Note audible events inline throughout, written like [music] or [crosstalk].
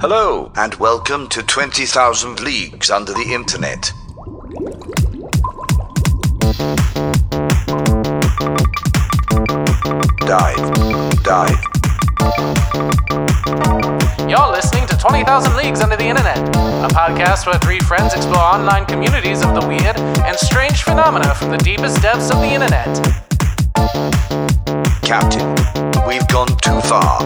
Hello, and welcome to 20,000 Leagues Under the Internet. Dive, dive, You're listening to 20,000 Leagues Under the Internet, a podcast where three friends explore online communities of the weird and strange phenomena from the deepest depths of the internet. Captain. We've gone too far.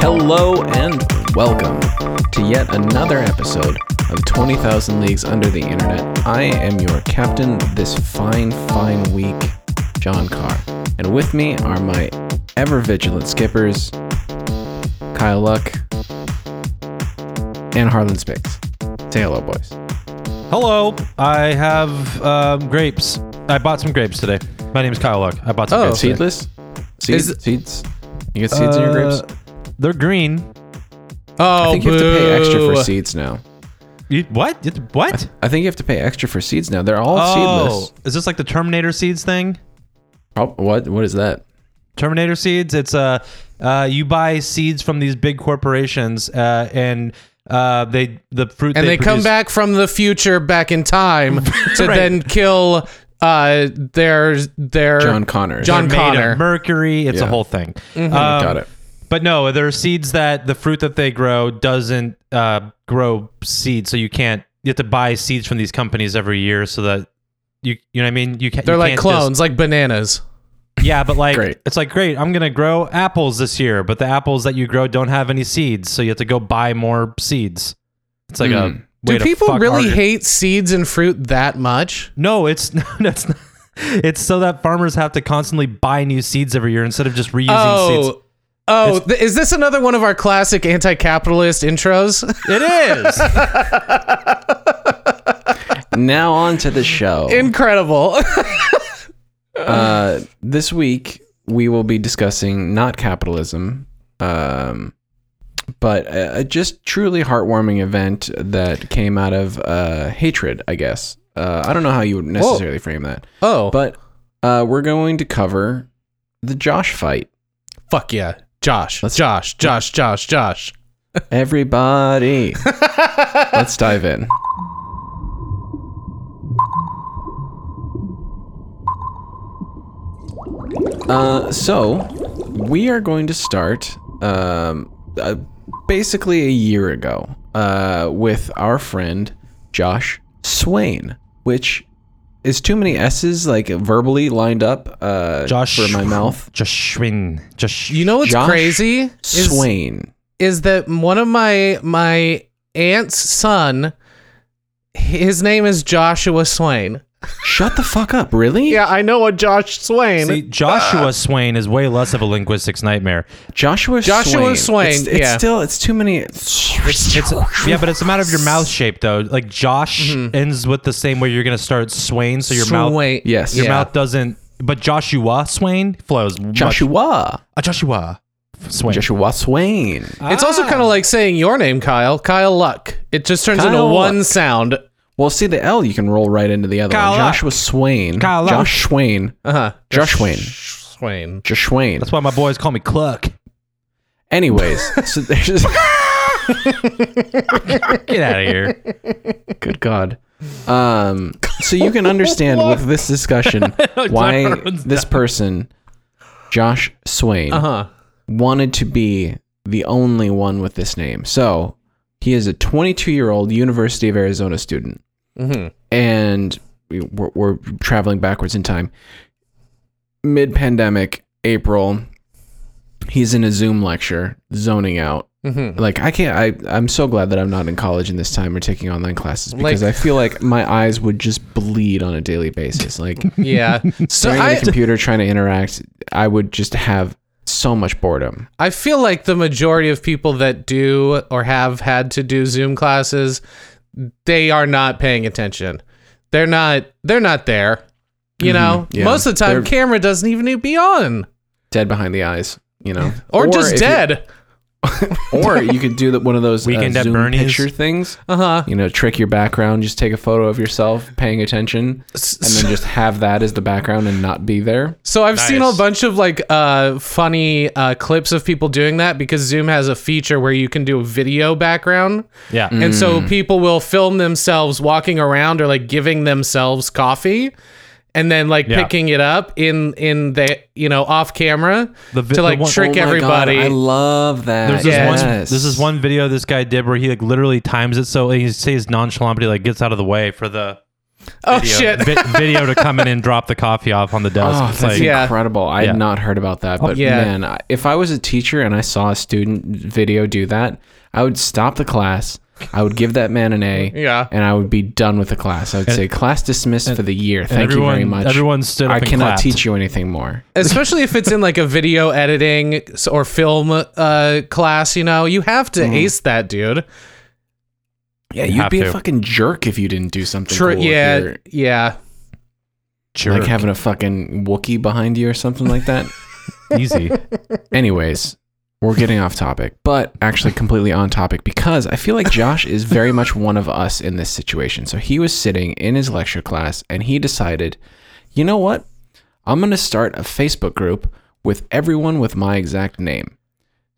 Hello and welcome to yet another episode of 20,000 Leagues Under the Internet. I am your captain this fine, fine week, John Carr. And with me are my ever vigilant skippers, Kyle Luck and Harlan Spix. Say hello, boys. Oh, Hello, I have um, grapes. I bought some grapes today. My name is Kyle Luck. I bought some grapes. today. Seedless? Seeds? Is- seeds? You get seeds Oh. in your grapes? Uh, They're green. Oh, I think you have to pay extra for boo. seeds now. You, what? You- What? Oh, I think you have to pay extra for seeds now. They're all Oh. seedless. is this like the Terminator seeds thing? Oh, what? What is that? Terminator seeds. It's uh, uh, you buy seeds from these big corporations, uh, and uh, they the fruit And they, come produce- back from the future back in time to Right. then kill uh their their John Connor. John They're made of Connor. mercury. It's Yeah. Mm-hmm. a whole thing. Um, Got it. But no, there are seeds that the fruit that they grow doesn't uh, grow seeds, so you can't. You have to buy seeds from these companies every year, so that you you know what I mean. You can't. They're you like can't clones, like bananas. just- yeah, but like Great. it's like great. I'm gonna grow apples this year, but the apples that you grow don't have any seeds, so you have to go buy more seeds. It's like Mm. a way Do to people fuck really harder. hate seeds and fruit that much? No, it's [laughs] no, it's not. It's so that farmers have to constantly buy new seeds every year instead of just reusing seeds. Oh. Oh, th- is this another one of our classic anti-capitalist intros? [laughs] It is. Now on to the show. [laughs] Incredible. uh, this week we will be discussing not capitalism, um, but a, a just truly heartwarming event that came out of uh, hatred. I guess uh, I don't know how you would necessarily frame that, oh, but uh, we're going to cover the Josh fight. fuck yeah. Josh. Josh, Josh, Josh, Josh. Everybody, let's dive in. Uh, so we are going to start um, uh, basically a year ago uh, with our friend Josh Swain, which is too many S's like verbally lined up uh, Josh for my mouth. Just Schwinn. Just Sh- You know what's Josh crazy? Is- Swain. is that one of my my aunt's son his name is Joshua Swain. Shut the fuck up, really? Yeah, I know what Josh Swain. See, Joshua Ah. Swain is way less of a linguistics nightmare. Joshua Joshua Swain, It's, it's yeah. still it's too many. It's, it's yeah, but it's a matter of your mouth shape though. Like Josh Mm-hmm. ends with the same way you're gonna start Swain, so your mouth Swain. Yes. your Yeah. mouth doesn't. But Joshua Swain flows. much- Joshua uh, Joshua Swain. Joshua Swain. It's also kind of like saying your name, Kyle. Kyle Luck. It just turns into Kyle one Luck. sound. Well, see the L you can roll right into the other Kyle one. Luck. Joshua Swain. Kyle Luck. Josh Swain. Uh huh. Josh Swain. Swain. Josh Swain. That's why my boys call me Cluck. Anyways, so there's [laughs] Get out of here. [laughs] good God. Um, so you can understand with this discussion why Everyone's this person, Josh Swain, Uh huh. wanted to be the only one with this name. So he is a 22 year old University of Arizona student. Mhm. And we- we're, we're traveling backwards in time. Mid pandemic, April, he's in a Zoom lecture, zoning out. Mm-hmm. Like I can't. I I'm so glad that I'm not in college in this time or taking online classes because I Like- feel like my eyes would just bleed on a daily basis. Like [laughs] [laughs] Yeah. So staring at a I, computer trying to interact, I would just have so much boredom. I feel like the majority of people that do or have had to do Zoom classes, they are not paying attention. They're not they're not there. You know, Mm-hmm. yeah. most of the time They're- camera doesn't even need to be on dead behind the eyes, you know, or, if just you- dead. [laughs] or you could do that one of those Weekend uh, at Zoom Bernie's. picture things. Uh huh. You know, trick your background. Just take a photo of yourself paying attention, and then just have that as the background and not be there. So I've seen a Nice. bunch of like uh, funny uh, clips of people doing that because Zoom has a feature where you can do a video background, Yeah. Mm, and so people will film themselves walking around or like giving themselves coffee, and then like Yeah. picking it up in in the you know off camera The vi- to the like one- trick Oh my God, everybody. I love that. There's this Yeah. one. Yes. This is one video this guy did where he like literally times it so he stays nonchalant, but he like gets out of the way for the oh video, shit! vi- video to come in and drop the coffee off on the desk. Oh, it's that's like, yeah. incredible. I Yeah. Oh, had not heard about that. But yeah. man, I- if I was a teacher and I saw a student video do that, I would stop the class. I would give that man an A. Yeah. And I would be done with the class. I would say, class dismissed for the year. Thank everyone, you very much. Everyone stood up I and cannot clapped. [laughs] teach you anything more. Especially if it's in like a video editing s- or film uh, class, you know, you have Mm-hmm. to ace that, dude. Yeah, You you'd have be to. a fucking jerk if you didn't do something True. cool. if yeah. you're, Yeah. Jerk. Like having a fucking Wookiee behind you or something like [laughs] that. [laughs] easy. Anyways, we're getting off topic, but actually completely on topic because I feel like Josh is very much one of us in this situation. So he was sitting in his lecture class and he decided, you know what? I'm going to start a Facebook group with everyone with my exact name.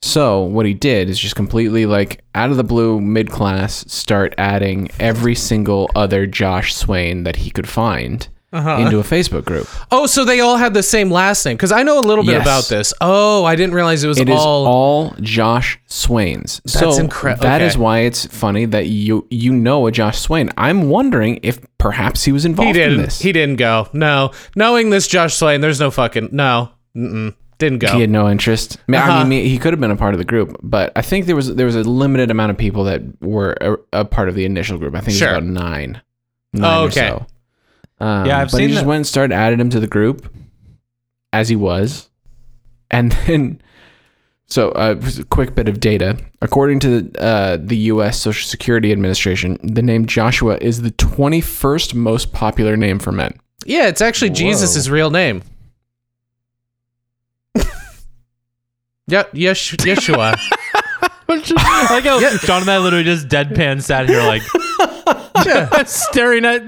So what he did is just completely like out of the blue mid class start adding every single other Josh Swain that he could find into a Facebook group. Oh, so they all had the same last name? Because I know a little bit Yes. about this. Oh, I didn't realize it was It is all, all Josh Swain's. That's so incre- That okay. is why it's funny that you you know a Josh Swain. I'm wondering if perhaps he was involved He in didn't. this. He didn't go. No, knowing this Josh Slane, there's no fucking no. Mm-mm. Didn't go. He had no interest. I mean, I Uh-huh. mean, he could have been a part of the group, but I think there was there was a limited amount of people that were a, a part of the initial group. I think Sure. it was about nine. nine Oh, or okay. so. Um, Yeah, I've but seen he just that- went and started added him to the group as he was, and [laughs] then So, uh, just a quick bit of data. According to the, uh, the U.S. Social Security Administration, the name Joshua is the 21st most popular name for men. yeah, it's actually Jesus' real [laughs] name. yep. Yes. [laughs] Yeshua. like how John and I literally just deadpan sat here [laughs] like [laughs] staring at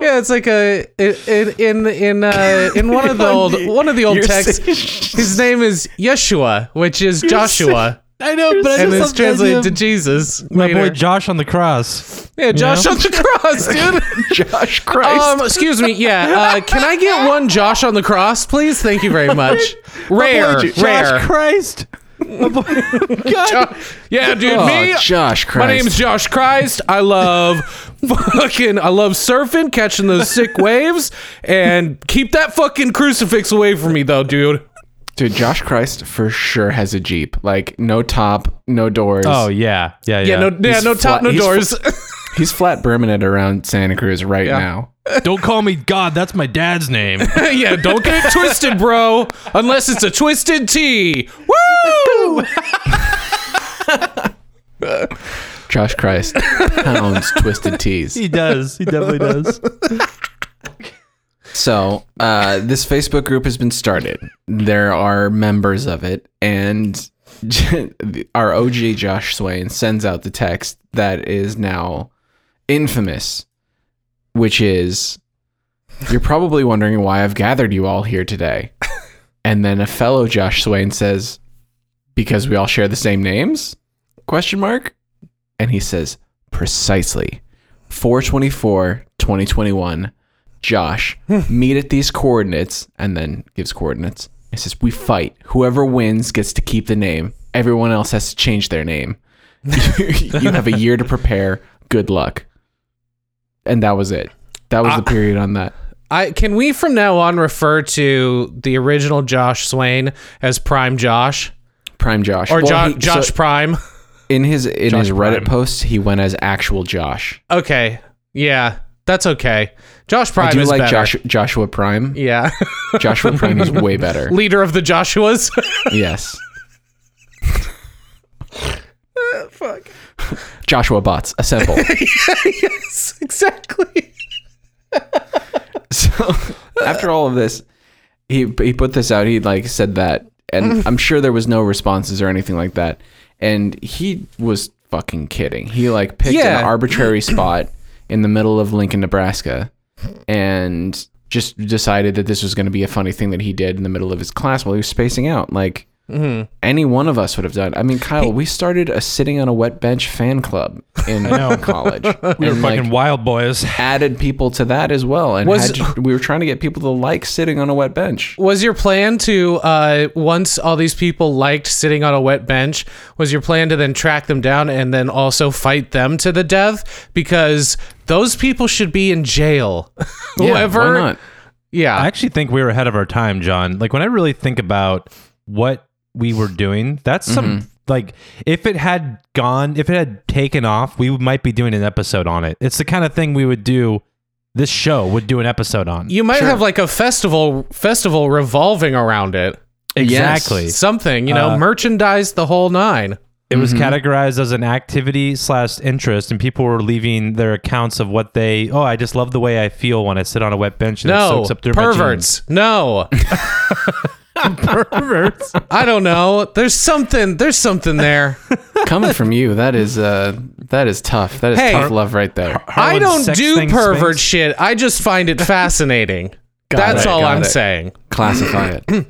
yeah, it's like a in in in [laughs] uh, in one of the old one of the old You're texts. [laughs] His name is Yeshua, which is Joshua, I know, but I and just it's love the translated to idea Jesus. of my boy later. Josh on the cross. Yeah, Josh on the [laughs] cross, dude. [laughs] Josh [laughs] Christ. Um, excuse me. Yeah, uh, can I get one Josh on the cross, please? Thank you very much. [laughs] Rare, Boy, Josh rare. Christ. My boy- God. Yeah, dude. Oh, me. Josh Christ. My name's Josh Christ. I love [laughs] fucking. I love surfing, catching those [laughs] sick waves, and keep that fucking crucifix away from me, though, dude. Dude, Josh Christ for sure has a Jeep. Like, no top, no doors. Oh yeah, yeah, yeah. Yeah, no, yeah, He's no top, flat- no he's doors. [laughs] [laughs] He's flat berming it around Santa Cruz right now. Don't call me God. That's my dad's name. yeah, don't get [laughs] it twisted, bro. Unless it's a twisted T. Woo! Josh Christ pounds twisted tees. [laughs] he does. He [laughs] definitely does. So uh, this Facebook group has been started. There are members of it, and [laughs] our OG Josh Swain sends out the text that is now infamous, which is, "You're probably wondering why I've gathered you all here today." And then a fellow Josh Swain says, "Because we all share the same names?" Question mark. And he says, "Precisely." 424 2021 Josh, meet at these coordinates, and then gives coordinates. It says, We fight. Whoever wins gets to keep the name. Everyone else has to change their name. [laughs] you have a year to prepare. Good luck. And that was it. That was the Ah. period on that. I can we from now on refer to the original Josh Swain as Prime Josh Prime Josh. or Well, Jo- he- so Josh Prime? in his in his Reddit Prime. posts, he went as actual Josh. Okay, yeah, that's okay. Josh Prime I do is like better. Josh, Joshua Prime. [laughs] Yeah, [laughs] Joshua Prime is way better. leader of the [laughs] Joshuas. [laughs] Yes. Fuck. Joshua bots [laughs] assemble. yes, exactly. so after all of this, he he put this out. He like said that [laughs] and I'm sure there was no responses or anything like that. And he was fucking kidding. He like picked Yeah. an [clears throat] arbitrary spot in the middle of Lincoln, Nebraska, and just decided that this was going to be a funny thing that he did in the middle of his class while he was spacing out. Like Mm-hmm. any one of us would have done. I mean, Kyle, we started a sitting on a wet bench fan club [laughs] in college. We were and, like, fucking wild boys. added people to that as well. And Was- had- we were trying to get people to like sitting on a wet bench. Was your plan to uh, once all these people liked sitting on a wet bench? Was your plan to then track them down and then also fight them to the death because those people should be in jail? [laughs] Whoever, why not? yeah, I actually think we were ahead of our time, John. Like when I really think about what we were doing, that's Mm-hmm. some like if it had gone, if it had taken off, we might be doing an episode on it. It's the kind of thing we would do. This show would do an episode on you might have like a festival festival revolving around it. exactly. Something you know, Uh, merchandise the whole nine. It was Mm-hmm. categorized as an activity slash interest, and people were leaving their accounts of what they. Oh, I just love the way I feel when I sit on a wet bench and it No soaks up through [laughs] perverts. No, My jeans. perverts. I don't know. There's something. There's something [laughs] there. [laughs] Coming from you, that is uh, that is tough. That is Hey. tough love right there. I Harlan's don't sex do thing pervert sphinx. shit. I just find it fascinating. That's it, all [laughs] got I'm it. saying. Classify [clears throat] it.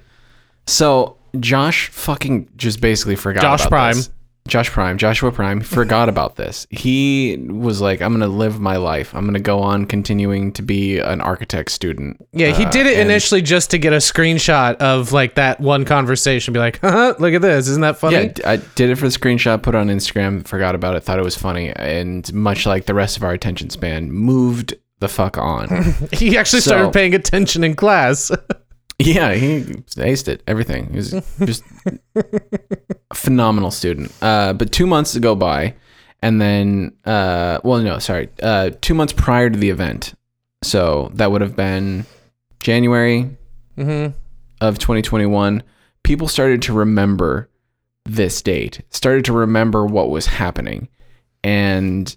So Josh fucking just basically forgot. Josh about Prime. this. Josh Prime, Joshua Prime forgot about this. He was like, "I'm gonna live my life. I'm gonna go on continuing to be an architect student." Yeah, he Uh, did it and- initially just to get a screenshot of like that one conversation. Be like, [laughs] huh, look at this. Isn't that funny? Yeah, d- I did it for the screenshot, put it on Instagram, forgot about it, thought it was funny, and much like the rest of our attention span, moved the fuck on. [laughs] He actually So- started paying attention in class. [laughs] yeah, he aced it, everything. He was just a phenomenal student. Uh, but two months go by, and then, uh, well, no, sorry, uh, two months prior to the event. So that would have been January Mhm. of 2021. People started to remember this date, started to remember what was happening. And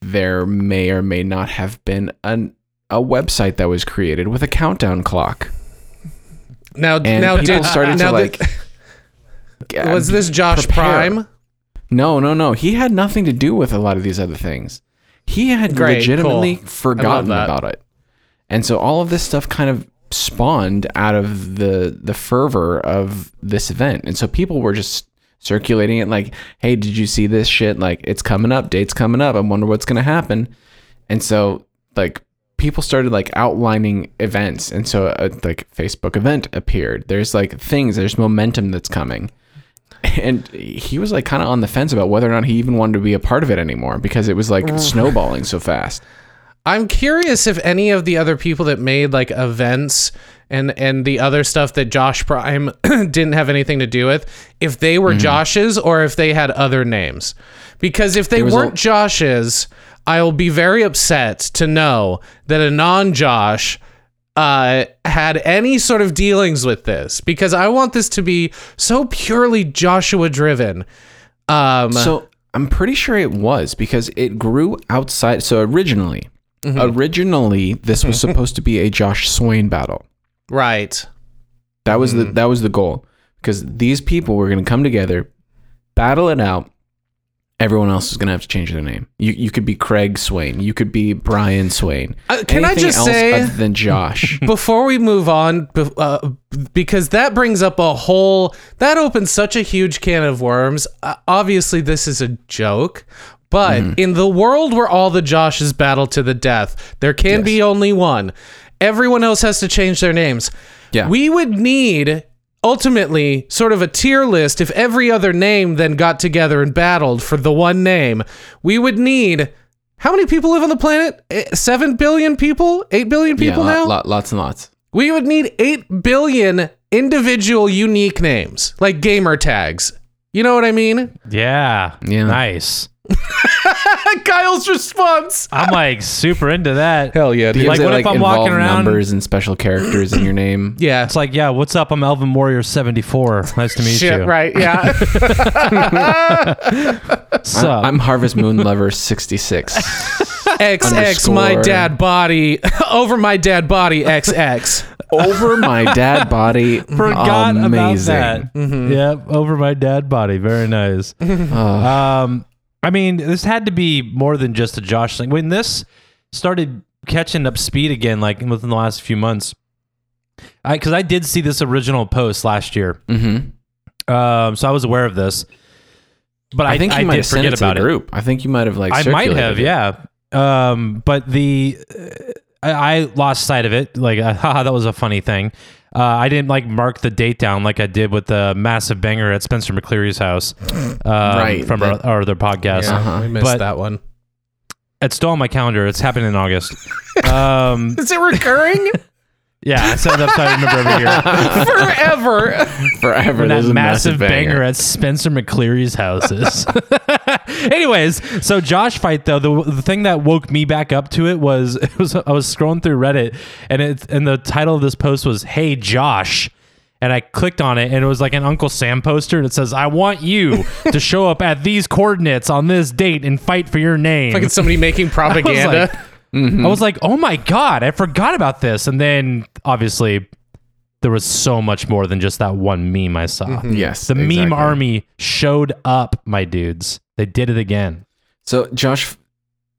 there may or may not have been an, a website that was created with a countdown clock. Now, And now people did started now to did- like. yeah, [laughs] was this Josh prepare. Prime? Um, No, no, no. He had nothing to do with a lot of these other things. He had Great, legitimately cool. forgotten I love that. about it. And so all of this stuff kind of spawned out of the the fervor of this event. And so people were just circulating it like, "Hey, did you see this shit? Like it's coming up, dates coming up. I wonder what's going to happen." And so like people started like outlining events. And so a, like Facebook event appeared. There's like things, there's momentum that's coming [laughs] and he was like kind of on the fence about whether or not he even wanted to be a part of it anymore because it was like snowballing so fast. I'm curious if any of the other people that made like events and and the other stuff that Josh Prime [clears throat] didn't have anything to do with, if they were Mm-hmm. Josh's or if they had other names. Because if they was weren't a- Josh's, I'll be very upset to know that a non-Josh uh, had any sort of dealings with this because I want this to be so purely Joshua driven. Um, So I'm pretty sure it was because it grew outside. So originally, originally this was supposed to be a Josh Swain battle. right. That was the that was the goal because these people were going to come together, battle it out. Everyone else is going to have to change their name. You you could be Craig Swain. You could be Brian Swain. Uh, can I Anything just else say- other than Josh? before we move on bef- uh, because that brings up a whole that opens such a huge can of worms uh, obviously this is a joke but Mm-hmm. in the world where all the joshes battle to the death there can be only one everyone else has to change their names Yeah. we would need ultimately sort of a tier list if every other name then got together and battled for the one name we would need how many people live on the planet? Eh, Seven billion people? Eight billion people yeah, now? lot- lot- lots and lots. We would need 8 billion individual unique names, like gamer tags. You know what I mean? Yeah. Yeah. Nice. [laughs] Kyle's response. I'm like super into that. Hell yeah, Because Like, they, what if I'm walking involve around- numbers and special characters in [laughs] your name? Yeah. It's like, yeah, what's up? I'm Elvin Warrior 74. Nice to meet Shit, you. right. [laughs] Yeah. What's up? I'm Harvest Moon Lover 66. XX, my [laughs] Underscore. dad body, over my dad body, XX. over my dad body. [laughs] Forgot Amazing. about that. Mm-hmm. Yep, over my dad body. [laughs] Very nice. Uh, um, I mean, this had to be more than just a Josh thing. When this started catching up speed again, like within the last few months, I because I did see this original post last year, Mm-hmm. um, so I was aware of this. But I, I think you might did have sent forget it to about the it. group. I think you might have like. I might circulated have, it. yeah. Um, but the uh, I, I lost sight of it. Like, [laughs] uh, haha, that was a funny thing. Uh, I didn't like mark the date down like I did with the massive banger at Spencer McCleary's house, um, Right, From that- our, our other podcast. Yeah, Uh-huh. we missed But- that one. It's still on my calendar. It's happening in August. [laughs] um, Is it recurring yeah, I said that's how I remember every year. [laughs] forever? [laughs] forever. When that There's massive, a massive banger. at Spencer McCleary's house is. [laughs] Anyways, so Josh fight though the, the thing that woke me back up to it was [laughs] it was I was scrolling through Reddit and it and the title of this post was "Hey Josh." And I clicked on it, and it was like an Uncle Sam poster, and it says, "I want you to show up at these coordinates on this date and fight for your name." like it's somebody making I was propaganda. like, I was like, oh my god, I forgot about this. And then obviously there was so much more than just that one meme I saw. Yes, The meme exactly. army showed up, my dudes. They did it again. So Josh,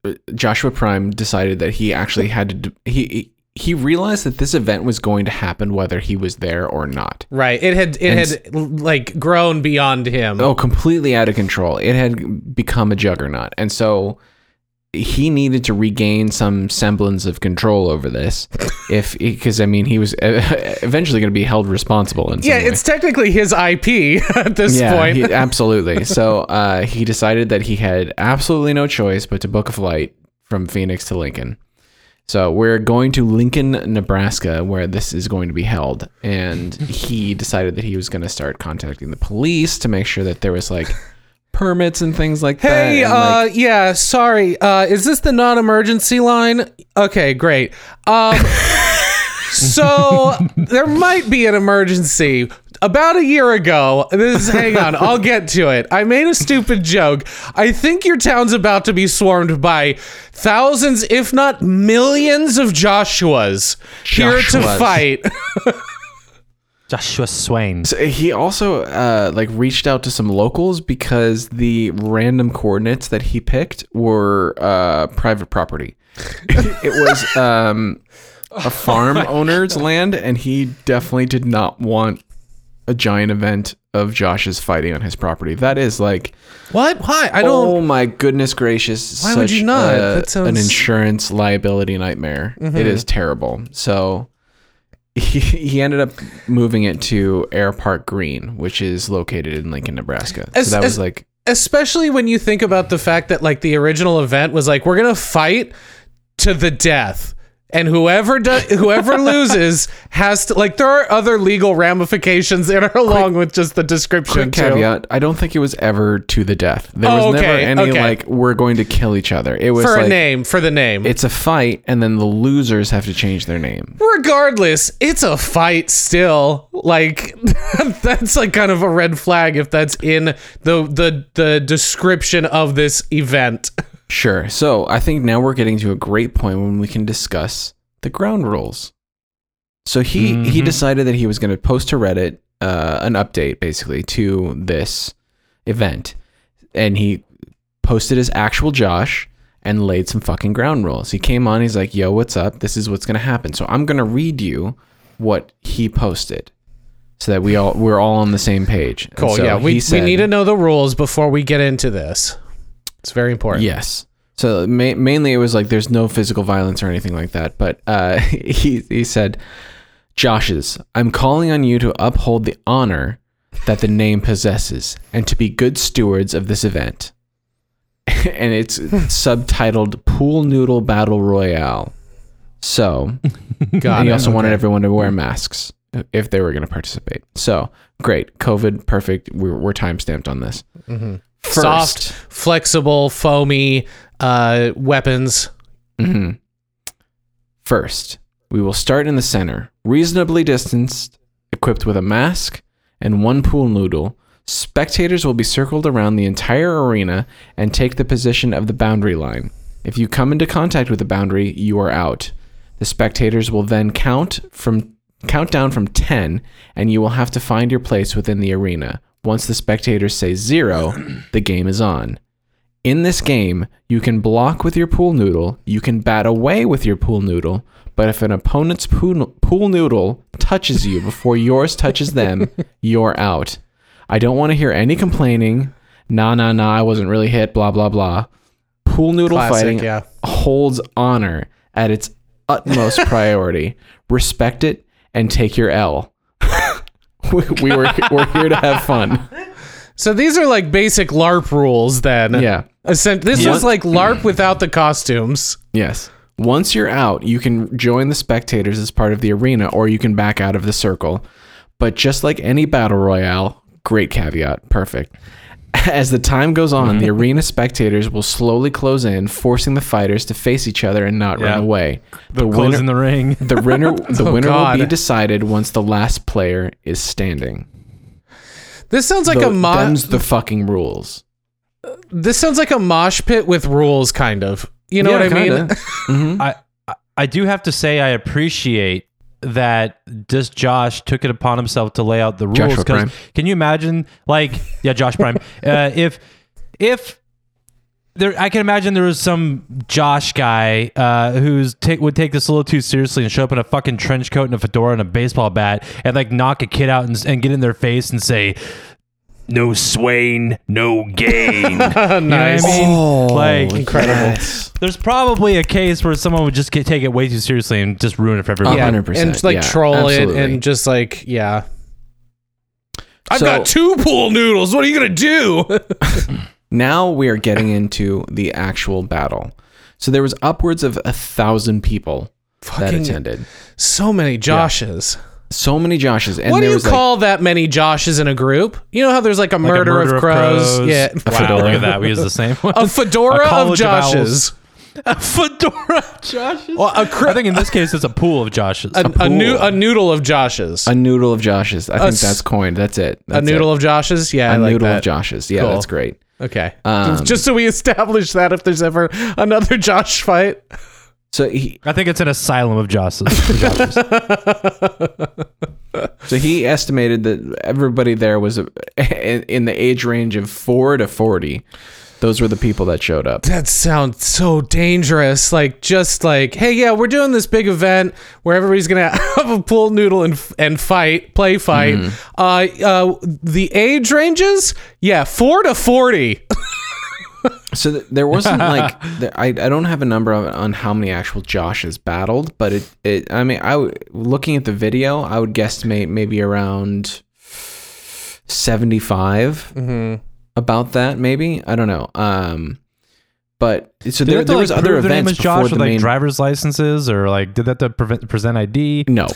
uh, Joshua Prime decided that he actually had to. d- He he realized that this event was going to happen whether he was there or not. right. It had it And had like grown beyond him. Oh, completely out of control. It had become a juggernaut, and so he needed to regain some semblance of control [laughs] over this. if because I mean he was uh, eventually going to be held responsible. In some yeah, way. it's technically his IP [laughs] at this point. [laughs] he- absolutely. So uh, he decided that he had absolutely no choice but to book a flight from Phoenix to Lincoln. So we're going to Lincoln, Nebraska, where this is going to be held. And he decided that he was going to start contacting the police to make sure that there was like permits and things like that. Hey, and, uh, like, yeah, sorry. Uh, is this the non-emergency line? Okay, great. [laughs] Um, so there might be an emergency. About a year ago, this hang on, I'll get to it. I made a stupid joke. I think your town's about to be swarmed by thousands, if not millions, of Joshuas here to Joshuas. fight. Joshua Swain. So he also uh, like reached out to some locals because the random coordinates that he picked were uh, private property. [laughs] it was um, a farm owner's land, and he definitely did not want a giant event of Josh's fighting on his property. That is like, what? Why? I don't. oh my goodness gracious! Why would such, you not? uh, That sounds- Mm-hmm. an insurance liability nightmare. It is terrible. So. [laughs] He, he ended up moving it to Air Park Green, which is located in Lincoln, Nebraska. As- so that as- was like especially when you think about the fact that like the original event was like we're gonna fight to the death and whoever does [laughs] whoever loses has to like there are other legal ramifications that are along with just the description quick too. caveat. I don't think it was ever to the death. There was Oh, never okay, any okay. like we're going to kill each other. It was for like a name for the name it's a fight, and then the losers have to change their name. regardless it's a fight still like [laughs] that's like kind of a red flag if that's in the the the description of this event Sure. So I think now we're getting to a great point when we can discuss the ground rules. So he he Mm-hmm. decided that he was going to post to Reddit uh, an update basically to this event, and he posted his actual Josh and laid some fucking ground rules. He came on, he's like, "Yo, what's up? This is what's going to happen." So I'm going to read you what he posted, so that we all we're all on the same page. And cool so yeah we, he we said- need to know the rules before we get into this it's very important Yes. So ma- mainly it was like there's no physical violence or anything like that. But uh, [laughs] he he said, "Josh's, I'm calling on you to uphold the honor that the name possesses and to be good stewards of this event." [laughs] and it's subtitled "Pool Noodle Battle Royale." So God, and he also wanted everyone to wear masks if they were going to participate. So great, COVID, perfect. We're, we're time stamped on this. First, soft, flexible, foamy uh, weapons. Mm-hmm. First, we will start in the center, reasonably distanced, equipped with a mask and one pool noodle. Spectators will be circled around the entire arena and take the position of the boundary line. If you come into contact with the boundary, you are out. The spectators will then count from Count down from 10, and you will have to find your place within the arena. Once the spectators say zero, the game is on. In this game, you can block with your pool noodle, you can bat away with your pool noodle, but if an opponent's pool, pool noodle touches you before yours [laughs] touches them, you're out. I don't want to hear any complaining. Nah, nah, nah, I wasn't really hit, blah, blah, blah. Pool noodle Classic, fighting yeah. holds honor at its [laughs] utmost priority. Respect it and take your L. [laughs] we, we were, we're here to [laughs] have fun. So these are like basic LARP rules then. Yeah. Ascent- This was like LARP without the costumes. Yes. Once you're out, you can join the spectators as part of the arena or you can back out of the circle. But just like any battle royale, great caveat, perfect. [laughs] As the time goes on, Mm-hmm. the arena spectators will slowly close in, forcing the fighters to face each other and not Yeah. run away. The, Close winner, in the ring. the [laughs] winner, the winner will be Oh, God. decided once the last player is standing. This sounds like Tho- a mosh. them's the fucking rules. This sounds like a mosh pit with rules, kind of. You know Yeah, what I [laughs] mean? kinda. I I- I do have to say I appreciate that just Josh took it upon himself to lay out the rules. Joshua 'cause Prime. Can you imagine, like, yeah, [laughs] Josh Prime. uh, if if there, I can imagine there was some Josh guy uh, who's take would take this a little too seriously and show up in a fucking trench coat and a fedora and a baseball bat and like knock a kid out and, s- and get in their face and say. No swain, [laughs] no gain. Nice. like Incredible. there's probably a case where someone would just get, take it way too seriously and just ruin it for everybody. Yeah, 100%, And like yeah, troll absolutely. it and just like, yeah. I've So- got two pool noodles. What are you going to do? [laughs] Now we are getting into the actual battle. So there was upwards of a thousand people that Fucking- attended. so many Joshes. So many Joshes, and what do there you was like- call that many Joshes in a group? You know how there's like a, Like a murder, of, crows? Yeah. A wow, fedora. look at that. We use the [laughs] same one. A fedora of college of owls. Joshes. A [laughs] fedora of Josh's. Well, a cr- I think in this case it's a pool of Josh's. a, a, new, pool. a noodle of Joshes. a noodle of Joshes. I think s- that's coined. That's it. A That's noodle it. of Josh's? Yeah, I a like noodle that. of Joshes. Yeah, Cool. that's great. Okay. Um, Just so we establish that if there's ever another Josh fight. So he I think it's an asylum of [laughs] Josh's. Josh's. [laughs] so he estimated that everybody there was a, [laughs] in in the age range of four to forty. Those were the people that showed up. That sounds so dangerous. Like, just like, hey, yeah, we're doing this big event where everybody's going to [laughs] have a pool noodle and, and fight, play fight. Uh, uh, the age ranges? Yeah, 4 to 40. So th- there wasn't [laughs] like there, I, I don't have a number on, on how many actual Joshes battled, but it, it I mean I w- looking at the video, I would guesstimate maybe around seventy Mm-hmm. about that maybe I don't know. Um, but so Did they there, there have to, like, was other prove their name events was Josh before with the like main. driver's licenses or like did that to prevent, present ID? no,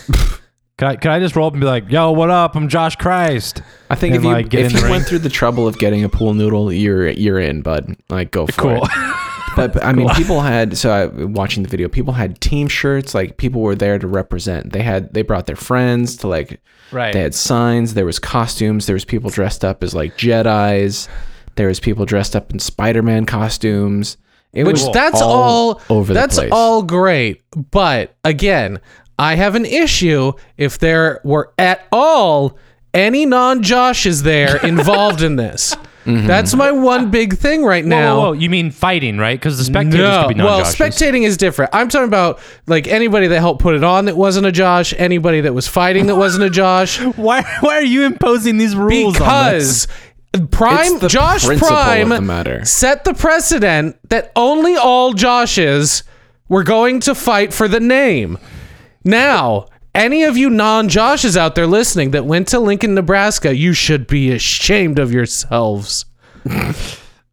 Can I, can I just roll up and be like, yo, what up? I'm Josh Christ. I think if And, you like, get if in the you ring. went through the trouble of getting a pool noodle, you're you're in, bud. Like go for it. [laughs] but, but, I mean, people had so I, watching the video, people had team shirts. Like people were there to represent. They had they brought their friends to like. Right. They had signs. There was costumes. There was people dressed up as like Jedi's. There was people dressed up in Spider-Man costumes. It Which was that's all, over the that's place. all great. But again, I have an issue if there were at all any non Joshes there involved in this. That's my one big thing right now. Whoa, whoa, whoa, you mean fighting, right? Because the spectators could be non well, spectating is different. I'm talking about like anybody that helped put it on that wasn't a Josh, anybody that was fighting that wasn't a [laughs] Josh, [laughs] why, why are you imposing these rules on us? because Prime It's the Josh principle of the Prime matter. set the precedent that only all Joshes were going to fight for the name. Now, any of you non-Joshes out there listening that went to Lincoln, Nebraska, you should be ashamed of yourselves.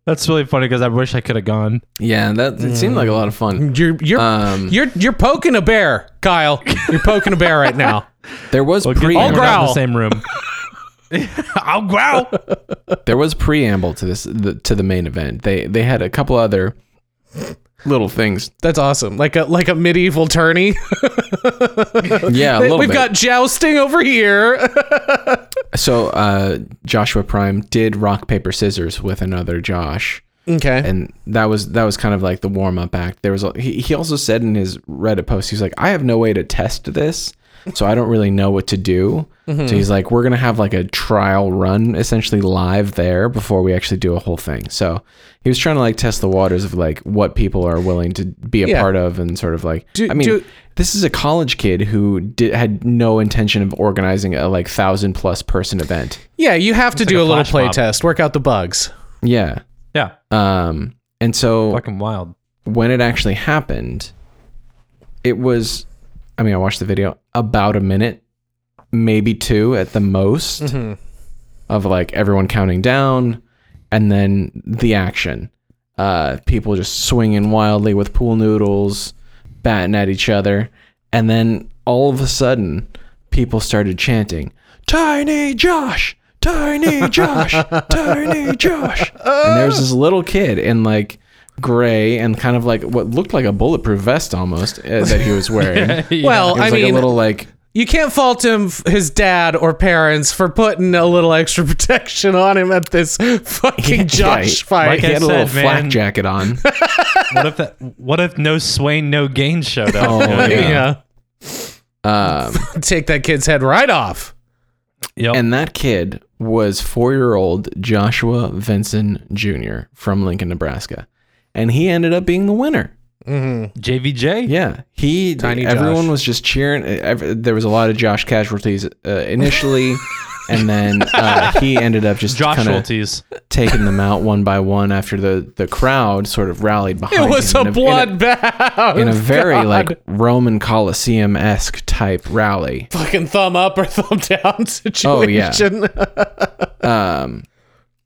That's really funny because I wish I could have gone. yeah. That it seemed like a lot of Mm. fun. You're you're Um, you're you're poking a bear, Kyle. You're poking a bear right now. There was We're not preamble. growl. in the same room. I'll growl. [laughs] there was preamble to this the, to the main event. They they had a couple other [laughs] little things. That's awesome. Like a like a medieval [laughs] tourney. Yeah, a little We've bit. got jousting over here. [laughs] So uh, Joshua Prime did rock paper scissors with another Josh, okay. and that was that was kind of like the warm up act. There was a, he, he also said in his Reddit post, he's like, I have no way to test this, so I don't really know what to do. Mm-hmm. So he's like, we're gonna have like a trial run, essentially live there before we actually do a whole thing. So he was trying to like test the waters of like what people are willing to be a Yeah. part of and sort of like. Do- I mean, do- this is a college kid who did, had no intention of organizing a like thousand plus person event. Yeah, you have to It's do like a, a little flash play mob. test, work out the bugs. Yeah. Yeah. Um. And so Fucking wild. when it actually happened, it was, I mean, I watched the video about a minute, maybe two at the most, of like everyone counting down and then the action. Uh, people just swinging wildly with pool noodles, batting at each other. And then all of a sudden, people started chanting, Tiny Josh! Tiny Josh! Tiny Josh! And there's this little kid in like gray and kind of like what looked like a bulletproof vest almost uh, that he was wearing. It Well, was Oh, I like mean, a little like you can't fault him, f- his dad or parents, for putting a little extra [laughs] protection on him at this fucking Josh [laughs] yeah, fight. he I had a little said, man. flak jacket [laughs] on. what if that? What if no Swain, no Gain showed up? [laughs] Oh, You know what I mean? yeah. Um, [laughs] take that kid's head right off. Yep. And that kid was four year old Joshua Vinson Jr. from Lincoln, Nebraska. And he ended up being the winner. JVJ. Yeah. He, Tiny everyone Josh. was just cheering. Uh, ev- There was a lot of Josh casualties uh, [laughs] initially. and then uh, he ended up just Josh kind of Schultes. taking them out one by one after the, the crowd sort of rallied It behind was a him Oh, in [laughs] in bloodbath. in [laughs] a very Oh, God. like Roman Colosseum esque type rally. fucking thumb up or [laughs] thumb down situation. [laughs] Oh, yeah.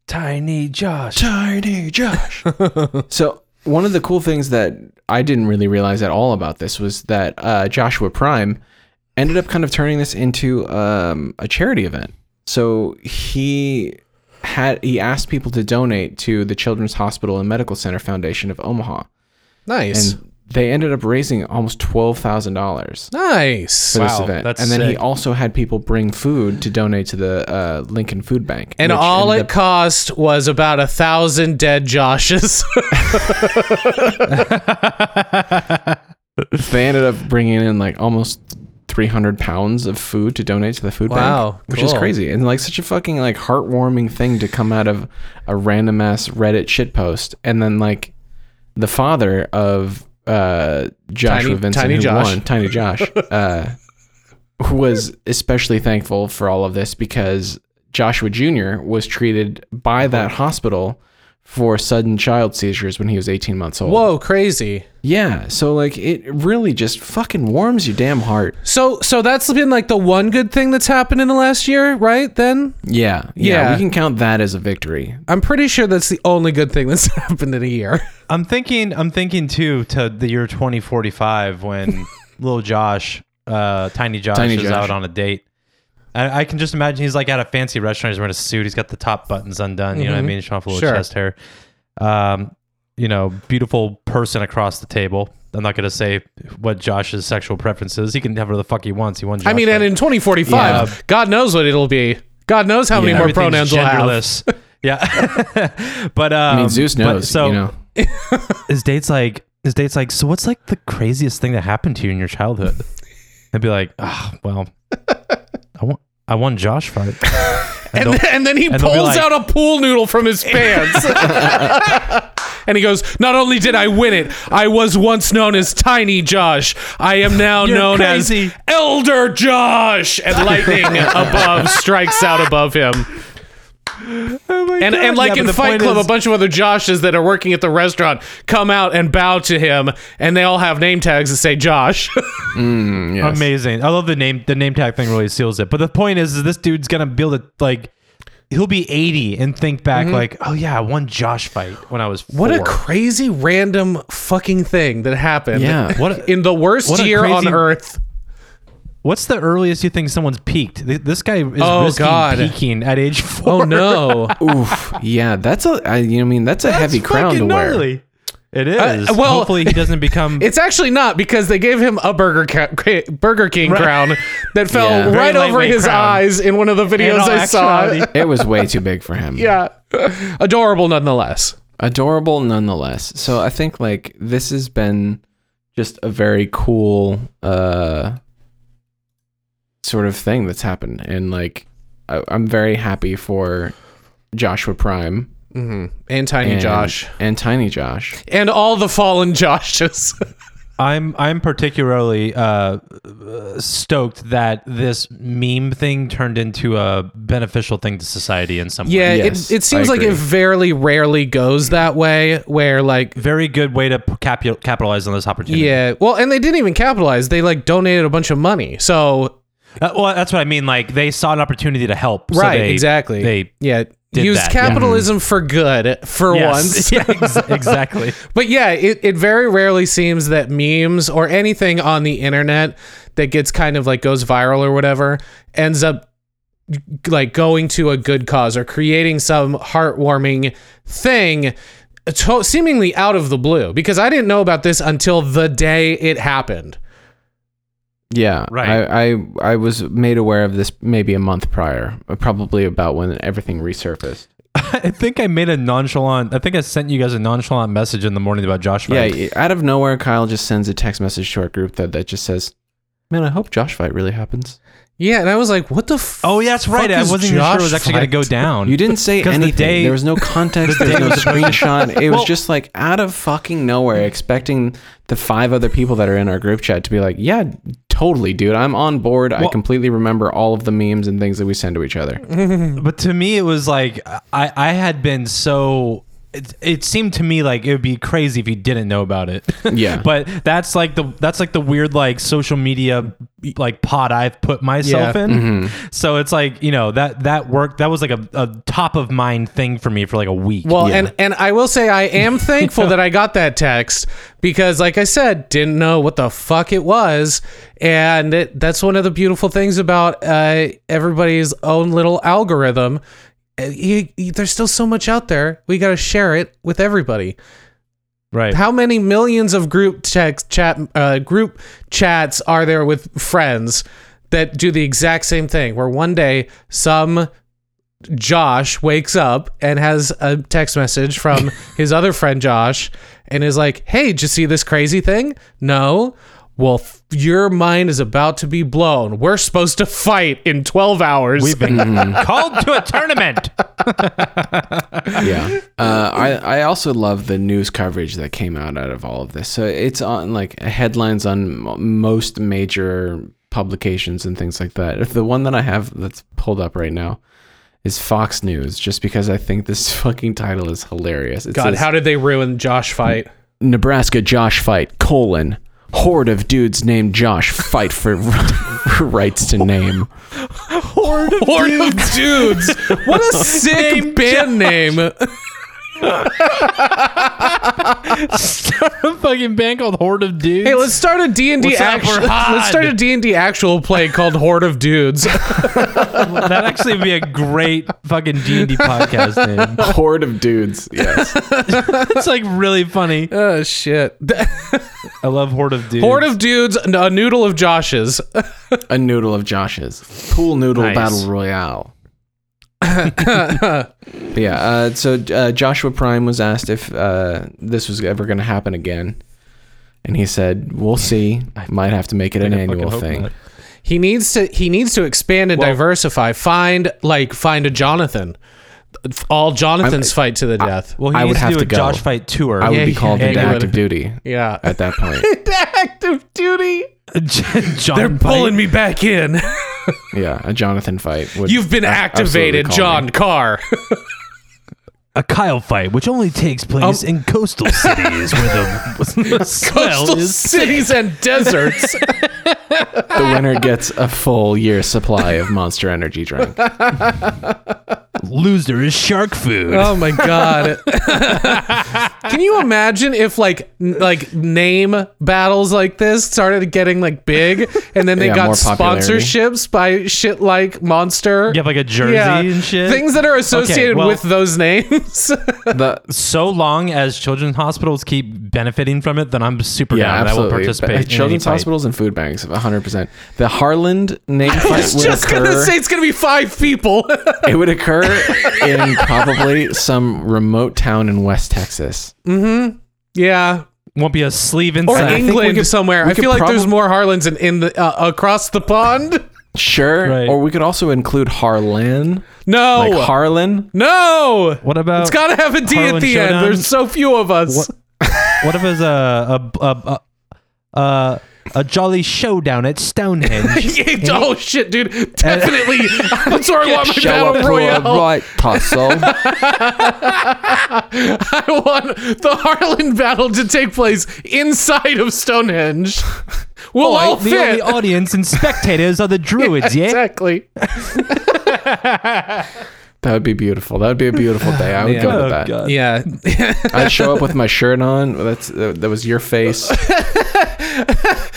Tiny Josh. Tiny Josh. [laughs] so one of the cool things that I didn't really realize at all about this was that uh, Joshua Prime ended up kind of turning this into um, a charity event. So he had he asked people to donate to the Children's Hospital and Medical Center Foundation of Omaha, nice. and they ended up raising almost twelve thousand dollars nice. for this Wow, event. that's and then he sick. also had people bring food to donate to the uh, Lincoln Food Bank. And which all ended it cost was about a thousand dead Joshes. [laughs] up- they ended up bringing in like almost 300 pounds of food to donate to the food Wow, bank, which is cool. crazy and like such a fucking like heartwarming thing to come out of a random ass Reddit shit post. And then like the father of uh, Joshua Tiny- Vincent, Tiny who Josh. won, [laughs] Tiny Josh, uh, who was especially thankful for all of this because Joshua Jr. was treated by Uh-huh. that hospital for sudden child seizures when he was 18 months old. Whoa, crazy. Yeah, so like it really just fucking warms your damn heart. So so that's been like the one good thing that's happened in the last year, right? Then Yeah, yeah, Yeah. we can count that as a victory. I'm pretty sure that's the only good thing that's [laughs] happened in a year. I'm thinking. I'm thinking too to the year 2045 when [laughs] little Josh, uh, Tiny Josh, Tiny is Josh. out on a date. I, I can just imagine he's like at a fancy restaurant. He's wearing a suit. He's got the top buttons undone. You know Mm-hmm. what I mean? He's showing off a little Sure. chest hair. Um, you know, beautiful person across the table. I'm not gonna say what Josh's sexual preference is. He can have whatever the fuck he wants. He wants. I mean, and in 2045, Yeah. God knows what it'll be. God knows how many more pronouns we'll have. genderless. [laughs] Yeah, [laughs] but um, I mean, Zeus but knows, so you [laughs] know. his date's like his date's like so what's like the craziest thing that happened to you in your childhood and be like ah well i want i won [laughs] josh fight and And, they'll- then- and then he they'll be pulls like- out a pool noodle from his [laughs] pants. and he goes, Not only did I win it, I was once known as Tiny Josh. I am now You're known crazy." as Elder Josh. And lightning above strikes out above him. Oh And, and like in Fight Club, a bunch of other Joshes that are working at the restaurant come out and bow to him, and they all have name tags that say Josh. Yes. amazing i love the name the name tag thing really seals it but the point is, is this dude's gonna build it like he'll be 80 and think back like oh yeah i won josh fight when i was Mm-hmm. What a four." crazy random fucking thing that happened. Yeah. What a- in the worst what a year on crazy- earth. what's the earliest you think someone's peaked Th- this guy is Oh, risking God. peaking at age four [laughs] Oh no. Oof. Yeah, that's a. I, you know, I mean, that's a heavy crown to fucking wear. gnarly. It is. Uh, well- hopefully [laughs] he doesn't become. it's actually not because they gave him a Burger Ca- Ca- Burger King crown [laughs] that fell Yeah. Very right over lightweight his crown. eyes in one of the in videos all I saw. actuality. It was way too big for [laughs] [laughs] him. Yeah. Adorable nonetheless. Adorable nonetheless. So I think like this has been just a very cool uh sort of thing that's happened. And like, I, I'm very happy for Joshua Prime and Tiny and- Josh and Tiny Josh. and all the fallen [laughs] Joshes. I'm I'm particularly uh, stoked that this meme thing turned into a beneficial thing to society in some way. yeah, Yes, it, it seems I like it agree. very rarely goes that way, where like Very good way to p- capu- capitalize on this opportunity. yeah, well, and they didn't even capitalize. They like donated a bunch of money, so Uh, well, that's what I mean. Like they saw an opportunity to help. so right, they- exactly. They yeah, did used that, yeah. capitalism for good for once. yes, [laughs] yeah, ex- [laughs] exactly. But yeah, it, it very rarely seems that memes or anything on the internet that gets kind of like goes viral or whatever ends up like going to a good cause or creating some heartwarming thing to- seemingly out of the blue because I didn't know about this until the day it happened. Yeah, Right. I, I I was made aware of this maybe a month prior, uh, probably about when everything resurfaced. I think I made a nonchalant. I think I sent you guys a nonchalant message in the morning about Josh. Yeah, Fight. y- out of nowhere, Kyle just sends a text message to our group that that just says, "Man, I hope Josh fight really happens." Yeah, and I was like, what the f- Oh, yeah, that's right. fuck I is wasn't even sure it Josh was actually going to Fight? go down. You didn't say [laughs] 'Cause the anything. day- there was no context. there was day no was supposed to- [laughs] screenshot. It was Well- just like out of fucking nowhere, expecting the five other people that are in our group chat to be like, "Yeah, totally, dude. I'm on board. I Well- completely remember all of the memes and things that we send to each [laughs] other." but to me it was like i i had been so it, it seemed to me like it would be crazy if you didn't know about [laughs] it Yeah. but that's like the that's like the weird like social media like pod i've put myself Yeah. in so it's like you know that that worked that was like a, a top of mind thing for me for like a week Well, Yeah. and and I will say I am thankful that I got that text because, like I said, didn't know what the fuck it was, and it, that's one of the beautiful things about uh, everybody's own little algorithm. Uh, You, you, there's still so much out there. We got to share it with everybody. right How many millions of group text chat uh, group chats are there with friends that do the exact same thing? Where one day some Josh wakes up and has a text message [laughs] from his other friend Josh and is like, "Hey, did you see this crazy thing?" No. Well, f- your mind is about to be blown. We're supposed to fight in 12 hours. we've been called to a tournament yeah. Uh, I I also love the news coverage that came out out of all of this. So it's on like headlines on m- most major publications and things like that. The one that I have that's pulled up right now is Fox News, just because I think this [laughs] fucking title is hilarious. It God, says, how did they ruin Josh [laughs] fight? Nebraska Josh fight colon horde of dudes named Josh fight for [laughs] rights to name. Horde of dudes. What a sick band name. a [laughs] fucking band called horde of dudes Hey, let's start a D and D What's up, actual. we're hot. Let's start a D and D actual play called Horde of Dudes. that actually would be a great fucking d&d [laughs] podcast name Horde of dudes. Yes. it's like really funny oh shit! i love horde of dudes Horde of Dudes, n- a noodle of Josh's. A noodle of Josh's. Pool noodle Nice. battle royale. [coughs] But yeah. Uh, so uh, Joshua Prime was asked if uh, this was ever going to happen again. And he said, We'll see. Might have to make it an I fucking annual hope thing. not. He needs to. He needs to expand and diversify. Find like find a Jonathan. All Jonathan's fight to the death. Well, he I would needs have to do to a go. Josh fight tour. [laughs] I would Yeah, be yeah, called yeah, into you active would've- duty yeah, at that [laughs] point. active duty. [laughs] John They're fight. pulling me back in. yeah. A Jonathan fight. would You've been a- absolutely activated, call me. John Carr. a Kyle fight, which only takes Oh. place in coastal cities where [laughs] the, the smell Coastal [laughs] is cities and deserts. the winner gets a full year supply of Monster [laughs] Energy drink. loser is shark food. Oh my [laughs] god! Can you imagine if like n- like name battles like this started getting like big, and then they Yeah, got more popularity. sponsorships by shit like Monster? You have like a jersey Yeah, and shit. Things that are associated well- with those names. The so long as children's hospitals keep benefiting from it, then I'm super yeah, down. and I will absolutely. participate. But in any Children's fight. hospitals and food banks, 100%. The Harland name [laughs] fight I was would just occur. gonna say it's gonna be five people. [laughs] it would occur in probably some remote town in West Texas. yeah. Won't be a sleeve Or inside. think we England could- somewhere. we I could feel like there's probab- more Harlands in, in the uh, across the pond. [laughs] Sure. Right. Oh, uh, Or we could also include Harlan. No, Like Harlan. no. What about It's got to have a D Harlan at the Showdown? end. There's so few of us. What- what if it's a a a a, a, a jolly showdown at [laughs] Stonehenge? [laughs] oh shit, [laughs] dude! Definitely. That's where I want my battle royale. right [laughs] tussle. [laughs] I want the Harlan battle to take place inside of [laughs] Stonehenge. We'll all Right? Oh, The [laughs] only fit. audience and [laughs] spectators are the druids, yeah? Exactly. that would be beautiful. That would be a beautiful day. I would Yeah. [laughs] go to Oh, that. God. Yeah. I'd show up with my shirt on. That's uh, that was your face. It-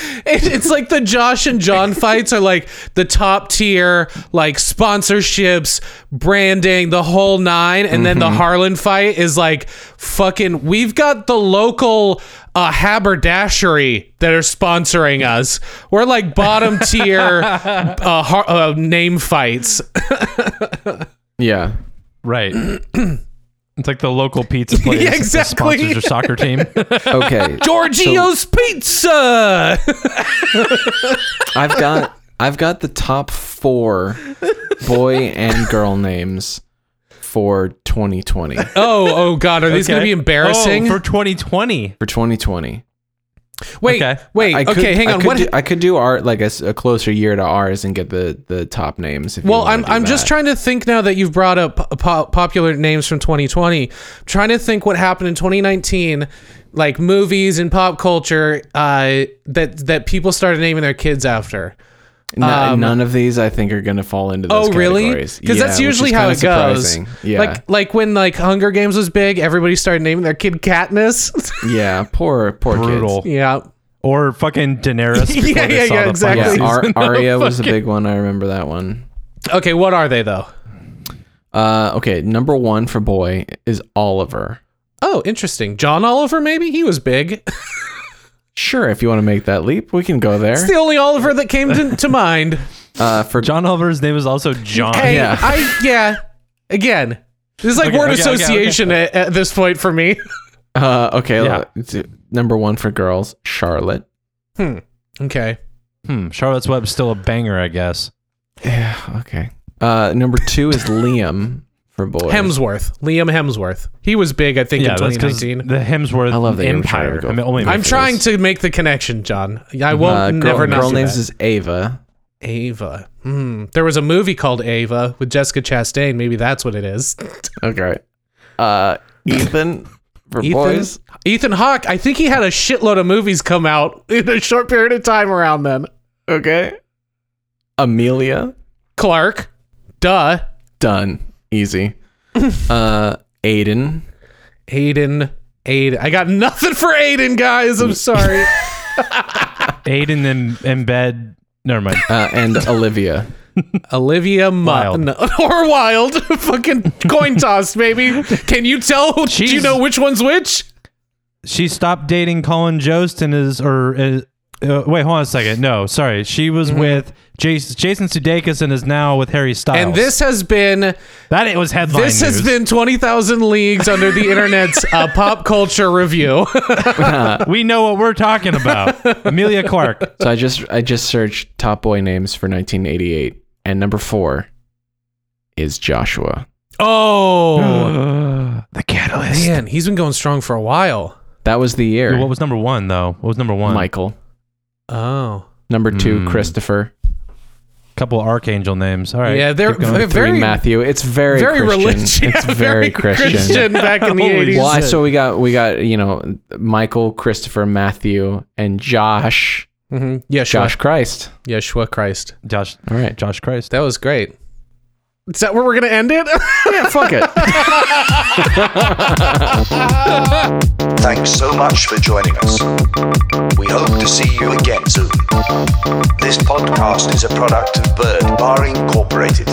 it's like the Josh and [laughs] John fights are like the top tier, like sponsorships, branding, the whole nine. And then the Harlan fight is like fucking, we've got the local uh, haberdashery that are sponsoring us. We're like bottom [laughs] tier uh, har- uh, name fights. Yeah. [clears throat] Right. It's like the [laughs] local pizza place that exactly. sponsors [laughs] your soccer team. [laughs] Okay. Giorgio's Pizza! I've got I've got the top four boy and girl names for 2020 for oh, oh God, are these going to Okay. be embarrassing? Oh, for 2020. 2020. wait, okay. wait, I okay, hang I on. Could What? do, I could do art like a, s- a closer year to ours and get the the top names. if you Well, wanna I'm do I'm just that. trying to think now that you've brought up po- popular names from 2020. trying to think what happened in 2019, like movies and pop culture uh, that that people started naming their kids after. No- um, none of these I think are gonna fall into. Those oh, really? Because Because that's usually how it goes. Yeah. Like like when like Hunger Games was big, everybody started naming their kid Katniss. [laughs] yeah. Poor poor Brutal. kids. yeah. Or fucking Daenerys. before [laughs] Yeah, they yeah, saw yeah, the exactly. fucking Yeah. Please, [laughs] Ar- Aria was a big one. I remember that one. Okay, what are they though? Uh, okay, number one for boy is Oliver. Oh, interesting. John Oliver, maybe he was big. Sure, if you want to make that leap, we can go there. It's the only Oliver that came to, to mind. Uh, for John Oliver's name is also John. Hey, Yeah. I yeah. Again, this is like Uh, Okay, word okay, okay, association At, at this point for me. uh, okay, Yeah. it's, uh, number one for girls, Charlotte. Okay. Hmm, Charlotte's Web's still a banger, I guess. Yeah, okay. Uh, number two is Liam for boys. Hemsworth, Liam Hemsworth. He was big, I think, in Yeah, that's because the 2019. Hemsworth I love that you were trying to Empire. go- I mean, only I'm makes trying sense. to make the connection, John. I won't Uh, girl, never know. girl names is Ava. Ava. Hmm. There was a movie called Ava with Jessica Chastain. Maybe that's what it is. Okay. Uh, Ethan for Ethan. boys. Ethan Hawke. I think he had a shitload of movies come out in a short period of time around then. Okay. Amelia. Clark. Duh. Done. [laughs] Easy. uh, Aiden. Aiden. Aiden. I got nothing for Aiden, guys. I'm sorry. Aiden in, in bed. [laughs] Never mind. Uh, and Olivia. Olivia Wilde. Wilde. [laughs] or Wild. Fucking coin toss, baby. Can you tell? Do you Jeez. know which one's which? She stopped dating Colin Jost and is or is, uh, wait, hold on a second. No, sorry. She Mm-hmm. was with Jason, Jason Sudeikis and is now with Harry Styles. And this has been that it was headline. this has news. been twenty thousand leagues under the internet's uh, pop culture review. We know what we're [laughs] talking about. Amelia Clark. So I just I just searched top boy names for 1988, and number four is Joshua. oh the catalyst. [sighs] man, he's been going strong for a while. That was the year. What was number one though? What was number one? Michael. Oh Number two, Mm. Christopher. couple archangel names. All right. yeah, they're keep [laughs] going. they're Three, very Matthew. It's very very Christian. [laughs] religious. It's Yeah, very, Christian. Christian. back in the Holy eighties. Well, I, so we got we got you know Michael, Christopher, Matthew, and Josh. hmm Yeshua, Josh Christ. Yeshua Christ. Josh. All right. Josh Christ. That was great. Is that where we're gonna end it? [laughs] Yeah, fuck [laughs] it. Thanks so much for joining us. We hope to see you again soon. This podcast is a product of Bird Bar Incorporated.